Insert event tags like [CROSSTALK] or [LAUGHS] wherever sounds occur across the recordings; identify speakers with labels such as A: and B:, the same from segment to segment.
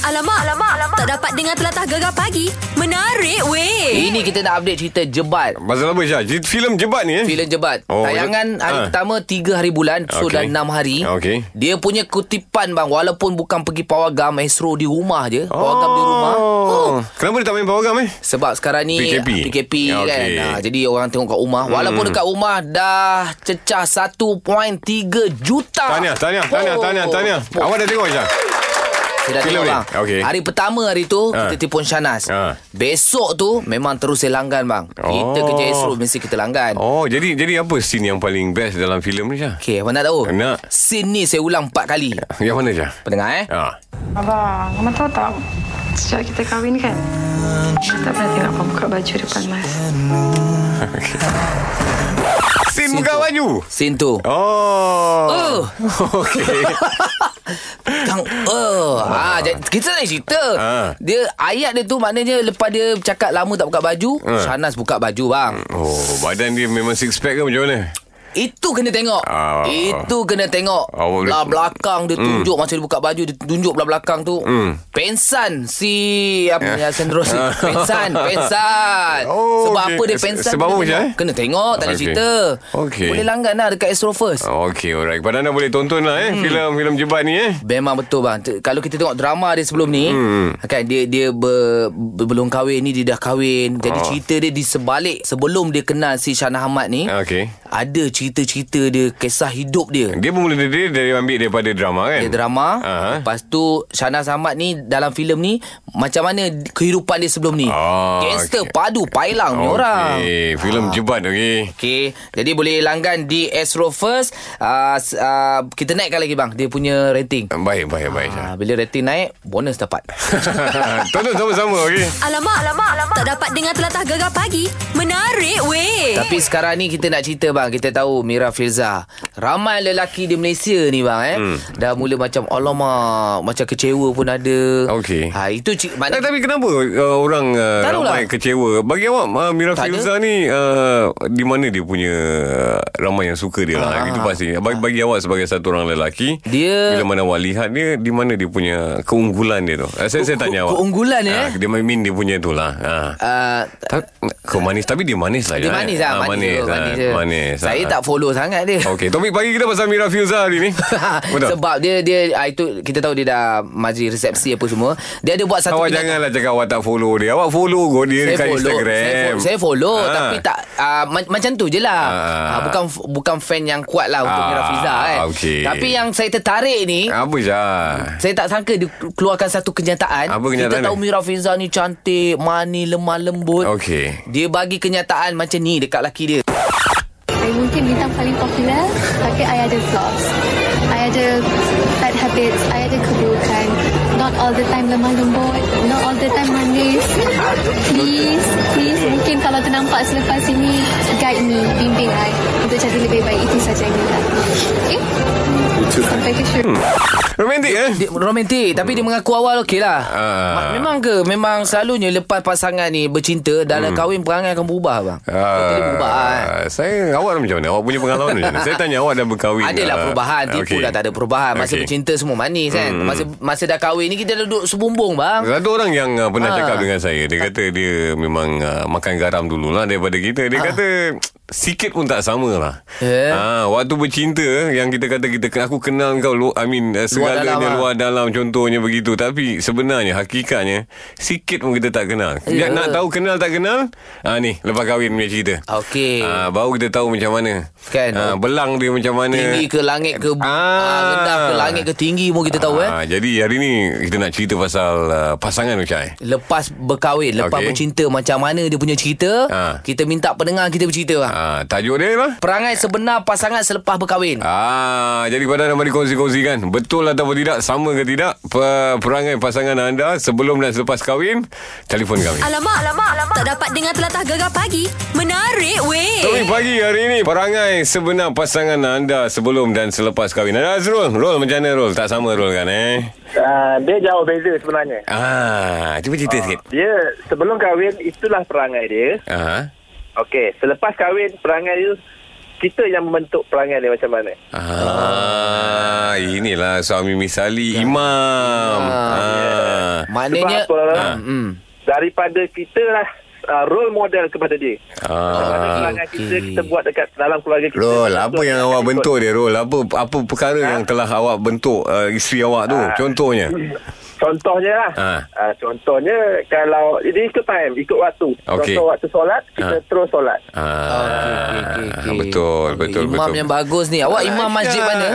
A: Alamak, alamak, alamak. Tak dapat dengar telatah gegar pagi. Menarik weh.
B: Eh, Ini kita nak update cerita Jebat.
C: Pasal apa Syah? Filem jebat ni eh?
B: Filem Jebat.
C: Oh,
B: Oh, Tayangan
C: je-
B: hari
C: ah.
B: pertama 3 hari bulan. So
C: Okey.
B: dah 6 hari.
C: Okey.
B: Dia punya kutipan bang. Walaupun bukan pergi pawagam. Astro di rumah je. Pawagam di rumah.
C: Oh. Kenapa dia tak main pawagam eh?
B: Sebab sekarang ni
C: PKP.
B: PKP
C: Ya, Hmm.
B: kan.
C: okey.
B: Ha, jadi orang tengok kat rumah. Walaupun dekat rumah dah cecah 1.3 juta.
C: Tahniah, tahniah, tahniah,
B: Oh.
C: tahniah, tahniah. Awak dah tengok Syah?
B: Saya dah
C: Film
B: tengok
C: ni?
B: bang
C: Okey.
B: Hari pertama hari tu
C: Ha.
B: Kita telefon Shanas
C: Ha.
B: Besok tu Memang terus saya langgan bang Kita
C: Oh.
B: kerja esok Mesti kita langgan
C: Oh, jadi jadi apa scene yang paling best dalam filem ni Syah?
B: Okey, abang nak tahu?
C: Nak.
B: Scene ni saya ulang 4 kali.
C: Yang mana Syah?
B: Pendengar eh?
C: Ah.
D: Abang, Abang tahu tak Sejak kita kahwin kan Kita tak pernah tengok Abang buka baju depan Mas
C: Scene buka
B: tu.
C: baju.
B: Scene tu.
C: Oh.
B: Oh. [LAUGHS]
C: Okey.
B: Kang oh. Ah, jadi kita nak cerita.
C: Ha.
B: Dia ayat dia tu maknanya lepas dia cakap lama tak buka baju,
C: Ah.
B: Shanas buka baju bang.
C: Oh, badan dia memang six pack ke macam mana?
B: Itu kena tengok.
C: Ah. oh,
B: Itu kena tengok.
C: Awak
B: Belah
C: boleh-
B: belakang dia
C: Hmm.
B: tunjuk masa dia buka baju dia tunjuk belah belakang tu. Pensan si apa ni Sendros.
C: Ah. [LAUGHS]
B: Pensan, pensan.
C: Oh,
B: sebab
C: okey.
B: apa dia
C: Se-
B: pensan?
C: sebab
B: kena
C: apa, Syah,
B: tengok.
C: eh?
B: Kena tengok, tak ada
C: Okey.
B: cerita.
C: Okey.
B: Boleh langgan lah dekat Astro First.
C: Okey, alright. Pada anda boleh tonton lah
B: Hmm.
C: eh filem-filem jebat ni eh.
B: Memang betul bang. T- Kalau kita tengok drama dia sebelum ni, hmm. kan dia dia ber, ber, belum kahwin ni dia dah kahwin. Jadi
C: Oh.
B: cerita dia di sebalik sebelum dia kenal si Shana Ahmad ni.
C: Okey.
B: Ada cerita-cerita dia, kisah hidup dia.
C: Dia bermula dari dia ambil daripada drama kan?
B: Dia drama
C: Aha.
B: uh-huh. Lepas tu Shana Samad ni Dalam filem ni Macam mana kehidupan dia sebelum ni
C: Ah,
B: Gangster
C: okey.
B: padu Pailang ni orang Ah.
C: Okey, filem jebat okey.
B: Okay Jadi boleh langgan di Astro First uh, uh, Kita naikkan lagi bang Dia punya rating
C: Baik, baik, baik.
B: uh, Bila rating naik Bonus
C: [LAUGHS]
B: dapat
C: tonton sama-sama okey.
A: Alamak, alamak, alamak. Tak dapat dengar telatah gegar pagi. Menarik
C: Eh.
A: weh.
B: Tapi sekarang ni kita nak cerita bang Kita tahu Mira Firza Ramai lelaki di Malaysia ni bang eh hmm. Dah mula macam Alamak Macam kecewa pun ada
C: Okey.
B: ha, Itu cik,
C: Tak,
B: maknanya
C: tapi kenapa uh, orang uh,
B: Tak tahulah.
C: ramai kecewa? Bagi awak uh, Mira
B: Tak ada.
C: Filza ni uh, di mana dia punya uh, ramai yang suka dia lah. Itu pasti. Bagi, bagi awak sebagai satu orang lelaki,
B: Ah, Dia-
C: bila mana awak lihat dia di mana dia punya keunggulan dia tu? Uh, saya saya
B: Ke-
C: tanya
B: ke-
C: awak.
B: keunggulan, eh?
C: Ah, dia main mean dia punya tu lah. Ha.
B: uh,
C: Ta- kau manis tapi dia manis lah.
B: Dia
C: Jah, eh?
B: manis lah
C: Ah,
B: Manis manis,
C: ah,
B: manis, je.
C: manis
B: Saya
C: ah.
B: tak follow sangat dia
C: Okey, topik pagi kita pasal Mira Filza
B: [LAUGHS]
C: hari ni. Betul.
B: Sebab dia dia ah, itu kita tahu dia dah majlis resepsi apa semua. Dia ada buat satu
C: Awak
B: kenyataan.
C: janganlah cakap awak tak follow dia. Awak follow kot dia
B: saya
C: dekat
B: follow,
C: Instagram.
B: Saya follow, saya follow
C: Ah.
B: tapi tak uh, ma- macam tu je lah.
C: Ah.
B: Uh, bukan bukan fan yang kuat lah untuk
C: Ah,
B: Mira Fiza kan.
C: okey. Ah.
B: Tapi yang saya tertarik ni
C: Apa Syah?
B: saya tak sangka dia keluarkan satu kenyataan.
C: Apa kenyataan
B: Kita tahu
C: dia?
B: Mira Fiza ni cantik, mani, lemah lembut.
C: Okey.
B: Dia bagi kenyataan macam ni dekat laki dia.
E: Saya mungkin bintang paling popular tapi I ada flaws. I ada bad habits, I ada keburukan. Not all the time lemah lembut, not all the time manis. Please, please mungkin kalau ternampak selepas ini, guide me, bimbing I untuk jadi lebih baik. Itu saja yang minta. Okay? Sampai ke syurga.
C: Romantik eh?
B: Dia romantik Tapi dia mengaku awal okey lah
C: Ah.
B: Ma- Memang ke Memang selalunya Lepas pasangan ni Bercinta
C: Hmm.
B: Dalam kahwin perangai akan berubah bang Betul dia berubah kan
C: Ah, saya awak macam mana? Awak punya pengalaman macam mana? Saya tanya awak dah berkahwin.
B: Adalah
C: ah.
B: perubahan Tipu
C: Okey.
B: dah tak ada perubahan Masa
C: Okey. Hmm.
B: bercinta semua manis kan Masa masa dah kahwin ni Kita dah duduk sebumbung bang
C: Satu orang yang uh, pernah
B: Ah.
C: cakap dengan saya Dia kata dia memang uh, makan garam dululah daripada kita Dia kata sikit pun tak sama lah
B: Ah. Eh?
C: Ah, Waktu bercinta Yang kita kata kita aku kenal kau lu, I mean uh, segalanya
B: dalam, ah.
C: luar dalam, Contohnya begitu Tapi sebenarnya hakikatnya Sikit pun kita tak kenal
B: Ya.
C: yeah. Nak tahu kenal tak kenal ah, Ni lepas kahwin punya cerita
B: Okey.
C: ah, Baru kita tahu macam mana
B: Kan?
C: ah, Belang dia macam mana
B: Tinggi ke langit ke
C: Ah.
B: ah. Rendah ke langit ke tinggi Pun kita tahu eh
C: Ah, Jadi hari ni kita nak cerita pasal uh, pasangan Ucai
B: Lepas berkahwin Lepas
C: Okey.
B: bercinta Macam mana dia punya cerita
C: Ah.
B: Kita minta pendengar kita bercerita bang
C: Ah, tajuk dia lah.
B: Perangai sebenar pasangan selepas berkahwin
C: Ah, jadi pada anda mari kongsi-kongsikan Betul ataupun tidak, sama ke tidak per- Perangai pasangan anda sebelum dan selepas kahwin Telefon kami
A: Alamak, alamak, alamak. Tak dapat dengar telatah gegar pagi. Menarik
C: Topik
A: weh.
C: pagi hari ini Perangai sebenar pasangan anda sebelum dan selepas kahwin Ada Azrul, Rol macam mana Rol? Tak sama Rol kan eh?
F: Ah, dia jauh beza sebenarnya.
C: Ah, cuba cerita sikit
F: Dia sebelum kahwin itulah perangai dia.
C: Ah,
F: Okey, selepas kahwin perangai dia kita yang membentuk perangai dia macam mana.
C: ah, inilah suami misali imam ah.
B: Maknanya-
F: Sebab apa?
B: Ah, mm.
F: Daripada kita lah uh, role model kepada dia. Daripada
C: Ah.
F: keluarga kita
B: okey.
F: kita buat dekat dalam keluarga kita.
C: Rol, apa
F: Betul.
C: yang awak bentuk dia Rol? Apa apa perkara
B: Ha?
C: yang telah awak bentuk uh, isteri awak tu? Contohnya.
F: Contohnya lah.
C: Ha.
F: Ha. contohnya kalau dia ikut time, ikut waktu.
C: Okey.
F: Contoh waktu solat,
C: Ha.
F: kita terus solat.
C: Ah,
B: Okey, okey, okey.
C: betul,
B: Okey,
C: betul,
B: imam
C: betul.
B: yang bagus ni. Awak imam masjid
C: [LAUGHS]
B: mana? [LAUGHS]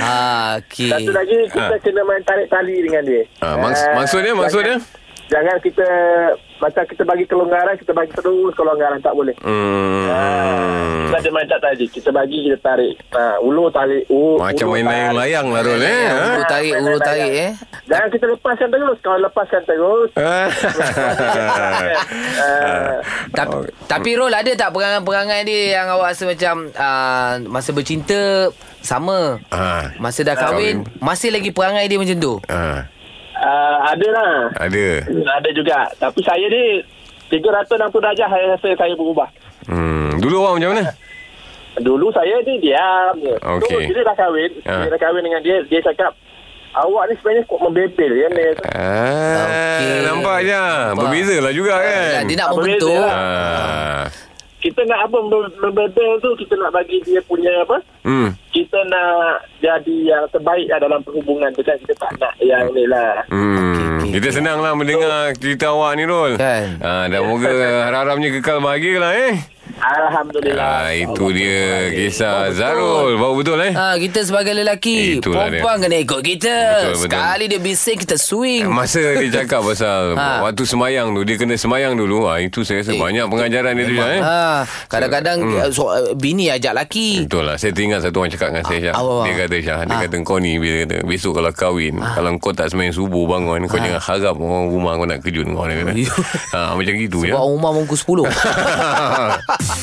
B: ah, okey.
F: Satu lagi kita
C: Ha.
F: kena main tarik tali dengan dia.
C: Ah, maks-
F: Ah,
C: maksudnya, maksudnya?
F: Jangan, jangan kita macam kita bagi kelonggaran, kita bagi terus kelonggaran tak boleh.
C: Hmm.
F: Ah, Kita ada main tak tadi. Kita bagi kita tarik. Ha, ulur tarik. Ulur, Ah,
C: Macam main layang-layang lah Rol eh.
B: Eh,
C: ha?
B: Ulur tarik,
F: main
B: ulur
F: layang.
B: tarik eh.
F: Jangan kita lepaskan terus. Kalau lepaskan terus.
B: Ha.
C: [LAUGHS] Ah.
F: Ah.
B: Tapi, oh. tapi Rol ada tak perangai-perangai dia yang awak rasa macam ah, masa bercinta sama.
C: Ah.
B: Masa dah kahwin, masih lagi perangai dia macam tu.
C: Ah,
F: Ah, ada lah.
C: Ha? ada.
F: Ada juga. Tapi saya ni 360 darjah saya rasa saya berubah.
C: Hmm, dulu awak macam mana?
F: Dulu saya ni diam je.
C: Okey.
F: So, bila dah kahwin,
C: Ah.
F: bila dah kahwin dengan dia, dia cakap, awak ni sebenarnya kok membebel kan dia.
C: Ah,
B: Okey.
C: nampak je.
B: Nampak.
C: Berbeza lah juga
B: Yalah,
C: kan.
B: Dia nak
F: Tak berbeza
B: membentuk.
F: lah.
C: Ah.
F: Kita nak apa mem- membebel tu, kita nak bagi dia punya apa,
C: Hmm.
F: kita nak jadi yang terbaik lah dalam perhubungan tu kan. Kita tak nak yang ni lah.
C: Hmm. Okay, Kita senang lah mendengar cerita awak ni Rol
B: Kan.
C: ah, Dan
B: [LAUGHS]
C: moga harap-harapnya kekal bahagia lah eh
F: Alhamdulillah.
C: ah, Itu dia kisah Zarul Baru betul eh
B: Ha, kita sebagai lelaki
C: Itulah dia.
B: Perempuan kena ikut kita
C: Betul, betul.
B: Sekali dia bising Kita swing
C: Masa dia cakap pasal
B: Ha.
C: Waktu semayang tu Dia kena semayang dulu ah, Itu saya rasa
B: Eh,
C: banyak pengajaran dia tu Syah, eh.
B: ha, Kadang-kadang eh, so, eh, Bini ajak laki
C: Hmm. Betul lah Saya teringat satu orang cakap dengan saya Syah
B: apa, apa?
C: Dia kata Syah Dia
B: Ah.
C: kata kau ni Dia kata besok kalau kahwin Kalau kau tak semayang subuh bangun Kau jangan harap orang rumah kau nak kejut kau Dia kata
B: Ya.
C: ha, Macam gitu ya
B: Buat rumah mungkus 10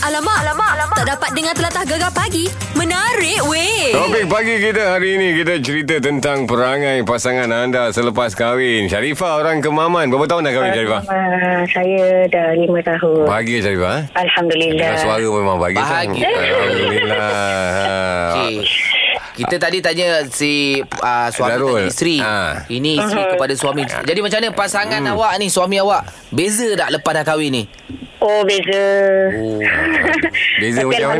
A: Alamak, alamak, alamak. Tak dapat dengar telatah gegar pagi. Menarik weh.
C: [LAUGHS] Topik pagi kita hari ini kita cerita tentang perangai pasangan anda selepas kahwin. Sharifah orang Kemaman. Berapa tahun dah kahwin Sharifah?
G: Ah, saya dah lima tahun.
C: Bahagia Sharifah. eh?
G: Alhamdulillah.
C: Dengar suara memang bahagia. sayang.
B: Bahagia. [LAUGHS]
C: Alhamdulillah. Ha.
B: Okey. Kita tadi tanya si uh, suami
C: Darul.
B: tadi isteri.
C: Ah. Hmm.
B: Ini isteri kepada suami. Jadi macam mana pasangan awak ni, suami awak, beza tak lepas dah kahwin ni?
G: Oh, beza. [LAUGHS]
B: Oh.
C: Beza
G: Tapi
C: macam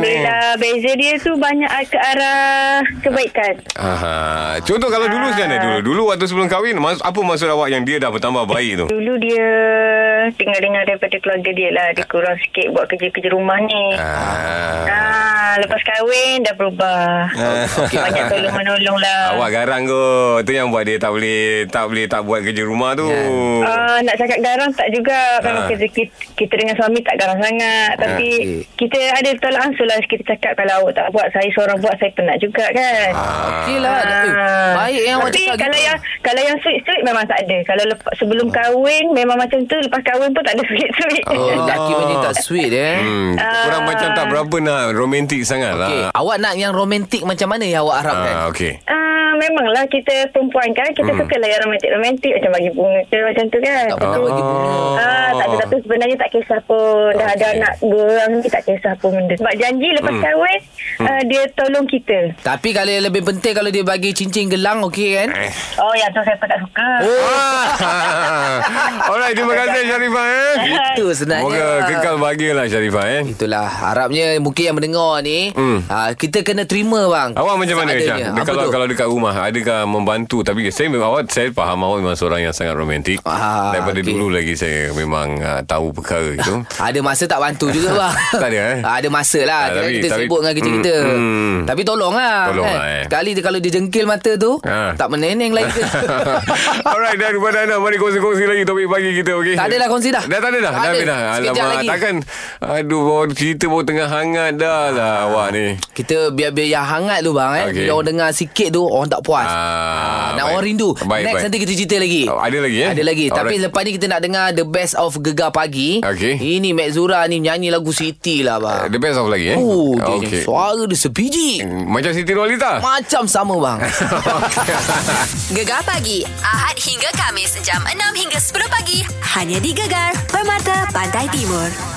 C: mana?
G: Alhamdulillah, beza dia tu banyak ke arah kebaikan.
C: Aha. Contoh kalau dulu macam mana dulu? Dulu waktu sebelum kahwin, mas- apa maksud awak yang dia dah
B: [LAUGHS]
C: bertambah baik tu?
G: Dulu dia dengar-dengar daripada keluarga dia lah. Dia kurang sikit buat kerja-kerja rumah ni.
C: Ah.
G: Ah, lepas kahwin dah berubah.
B: Okey.
G: Banyak tolong-menolong lah.
C: Awak garang kot. Tu yang buat dia tak boleh tak boleh tak buat kerja rumah tu.
G: Ah, nak cakap garang tak juga
C: Ah.
G: Memang kerja kita, kita dengan suami tak garang sangat Tapi
B: Ah, Okey.
G: kita ada tolak ansur lah Kita cakap kalau awak tak buat Saya seorang buat saya penat juga kan
C: Ah.
B: Okey lah. Eh,
G: Ah.
B: baik yang awak
G: Tapi
B: cakap
G: kalau
B: gitu.
G: yang kalau yang sweet-sweet memang tak ada. Kalau lepas,
B: Ah.
G: sebelum kahwin memang macam tu, lepas kahwin pun tak ada sweet-sweet.
B: Oh, lelaki
C: Ah.
B: macam tak sweet eh.
C: Hmm, kurang macam tak berapa nak romantik sangat
B: Ah. Okey. kan?
C: lah.
B: Awak nak yang romantik macam mana yang awak harapkan?
C: Ah, okey.
G: Ah, memanglah kita perempuan kan, kita suka lah yang romantik-romantik macam bagi bunga ke macam tu kan.
B: Tak pernah bagi bunga.
G: Ah, tak ada tapi sebenarnya tak kisah pun. Dah ada
C: Okey.
G: anak dua orang ni tak kisah pun benda. Sebab janji lepas kahwin ah, dia tolong kita.
B: Tapi kalau yang lebih penting kalau dia bagi cincin gelang okey kan?
G: Oh, yang tu saya pun tak suka.
B: Oh.
C: Ah. [LAUGHS] Alright, terima kasih Syarifah eh.
B: [LAUGHS] Itu sebenarnya. eh,
C: Moga kekal bahagia lah Syarifah eh.
B: Itulah harapnya mungkin yang mendengar ni
C: Hmm.
B: ah, kita kena terima bang.
C: Awak macam mana
B: Seadanya.
C: Syah?
B: Apa
C: Kalau
B: tu?
C: kalau dekat rumah adakah membantu tapi saya memang awak saya faham awak memang seorang yang sangat romantik.
B: Ah,
C: Daripada
B: okey.
C: dulu lagi saya memang uh, tahu perkara
B: [LAUGHS]
C: itu.
B: ada masa tak bantu
C: [LAUGHS]
B: juga bang
C: Tak ada, eh?
B: Ah, Ada masa lah
C: Ah,
B: ah,
C: tapi-
B: Kita
C: tapi-
B: sibuk dengan kerja
C: Hmm,
B: kita
C: hmm.
B: Tapi tolong lah
C: Tolong
B: kan?
C: lah, eh.
B: Sekali dia, kalau dia jengkil mata tu
C: Ah.
B: Tak meneneng lagi
C: [LAUGHS]
B: ke
C: Alright dan kepada anda Mari kongsi-kongsi lagi Topik pagi kita okay?
B: Tak ada lah kongsi dah.
C: Dah tak ada dah
B: Tak
C: Dah
B: ada.
C: habis dah
B: Sekejap
C: Alamak
B: lagi.
C: Takkan Aduh baru cerita baru tengah hangat dah lah
B: Ah,
C: Awak ni
B: Kita biar-biar yang hangat tu bang eh.
C: Okey.
B: Bila orang dengar sikit tu Orang tak puas
C: Ah,
B: Nak
C: baik.
B: orang rindu
C: Baik,
B: Next
C: baik.
B: nanti kita cerita lagi
C: Oh, ada lagi, eh?
B: Ada lagi Tapi
C: Alright.
B: lepas ni kita nak dengar The best of Gegar Pagi
C: Okey.
B: Ini Mek Zura ni Nyanyi lagu Siti lah bang
C: The best of lagi eh
B: Oh, dia
C: Okey. Hmm.
B: okay. suara dia sebiji.
C: Macam Siti Nurhaliza
B: Macam sama bang.
C: [LAUGHS]
A: Gegar pagi Ahad hingga Kamis jam 6 hingga 10 pagi hanya di Gegar Permata Pantai Timur.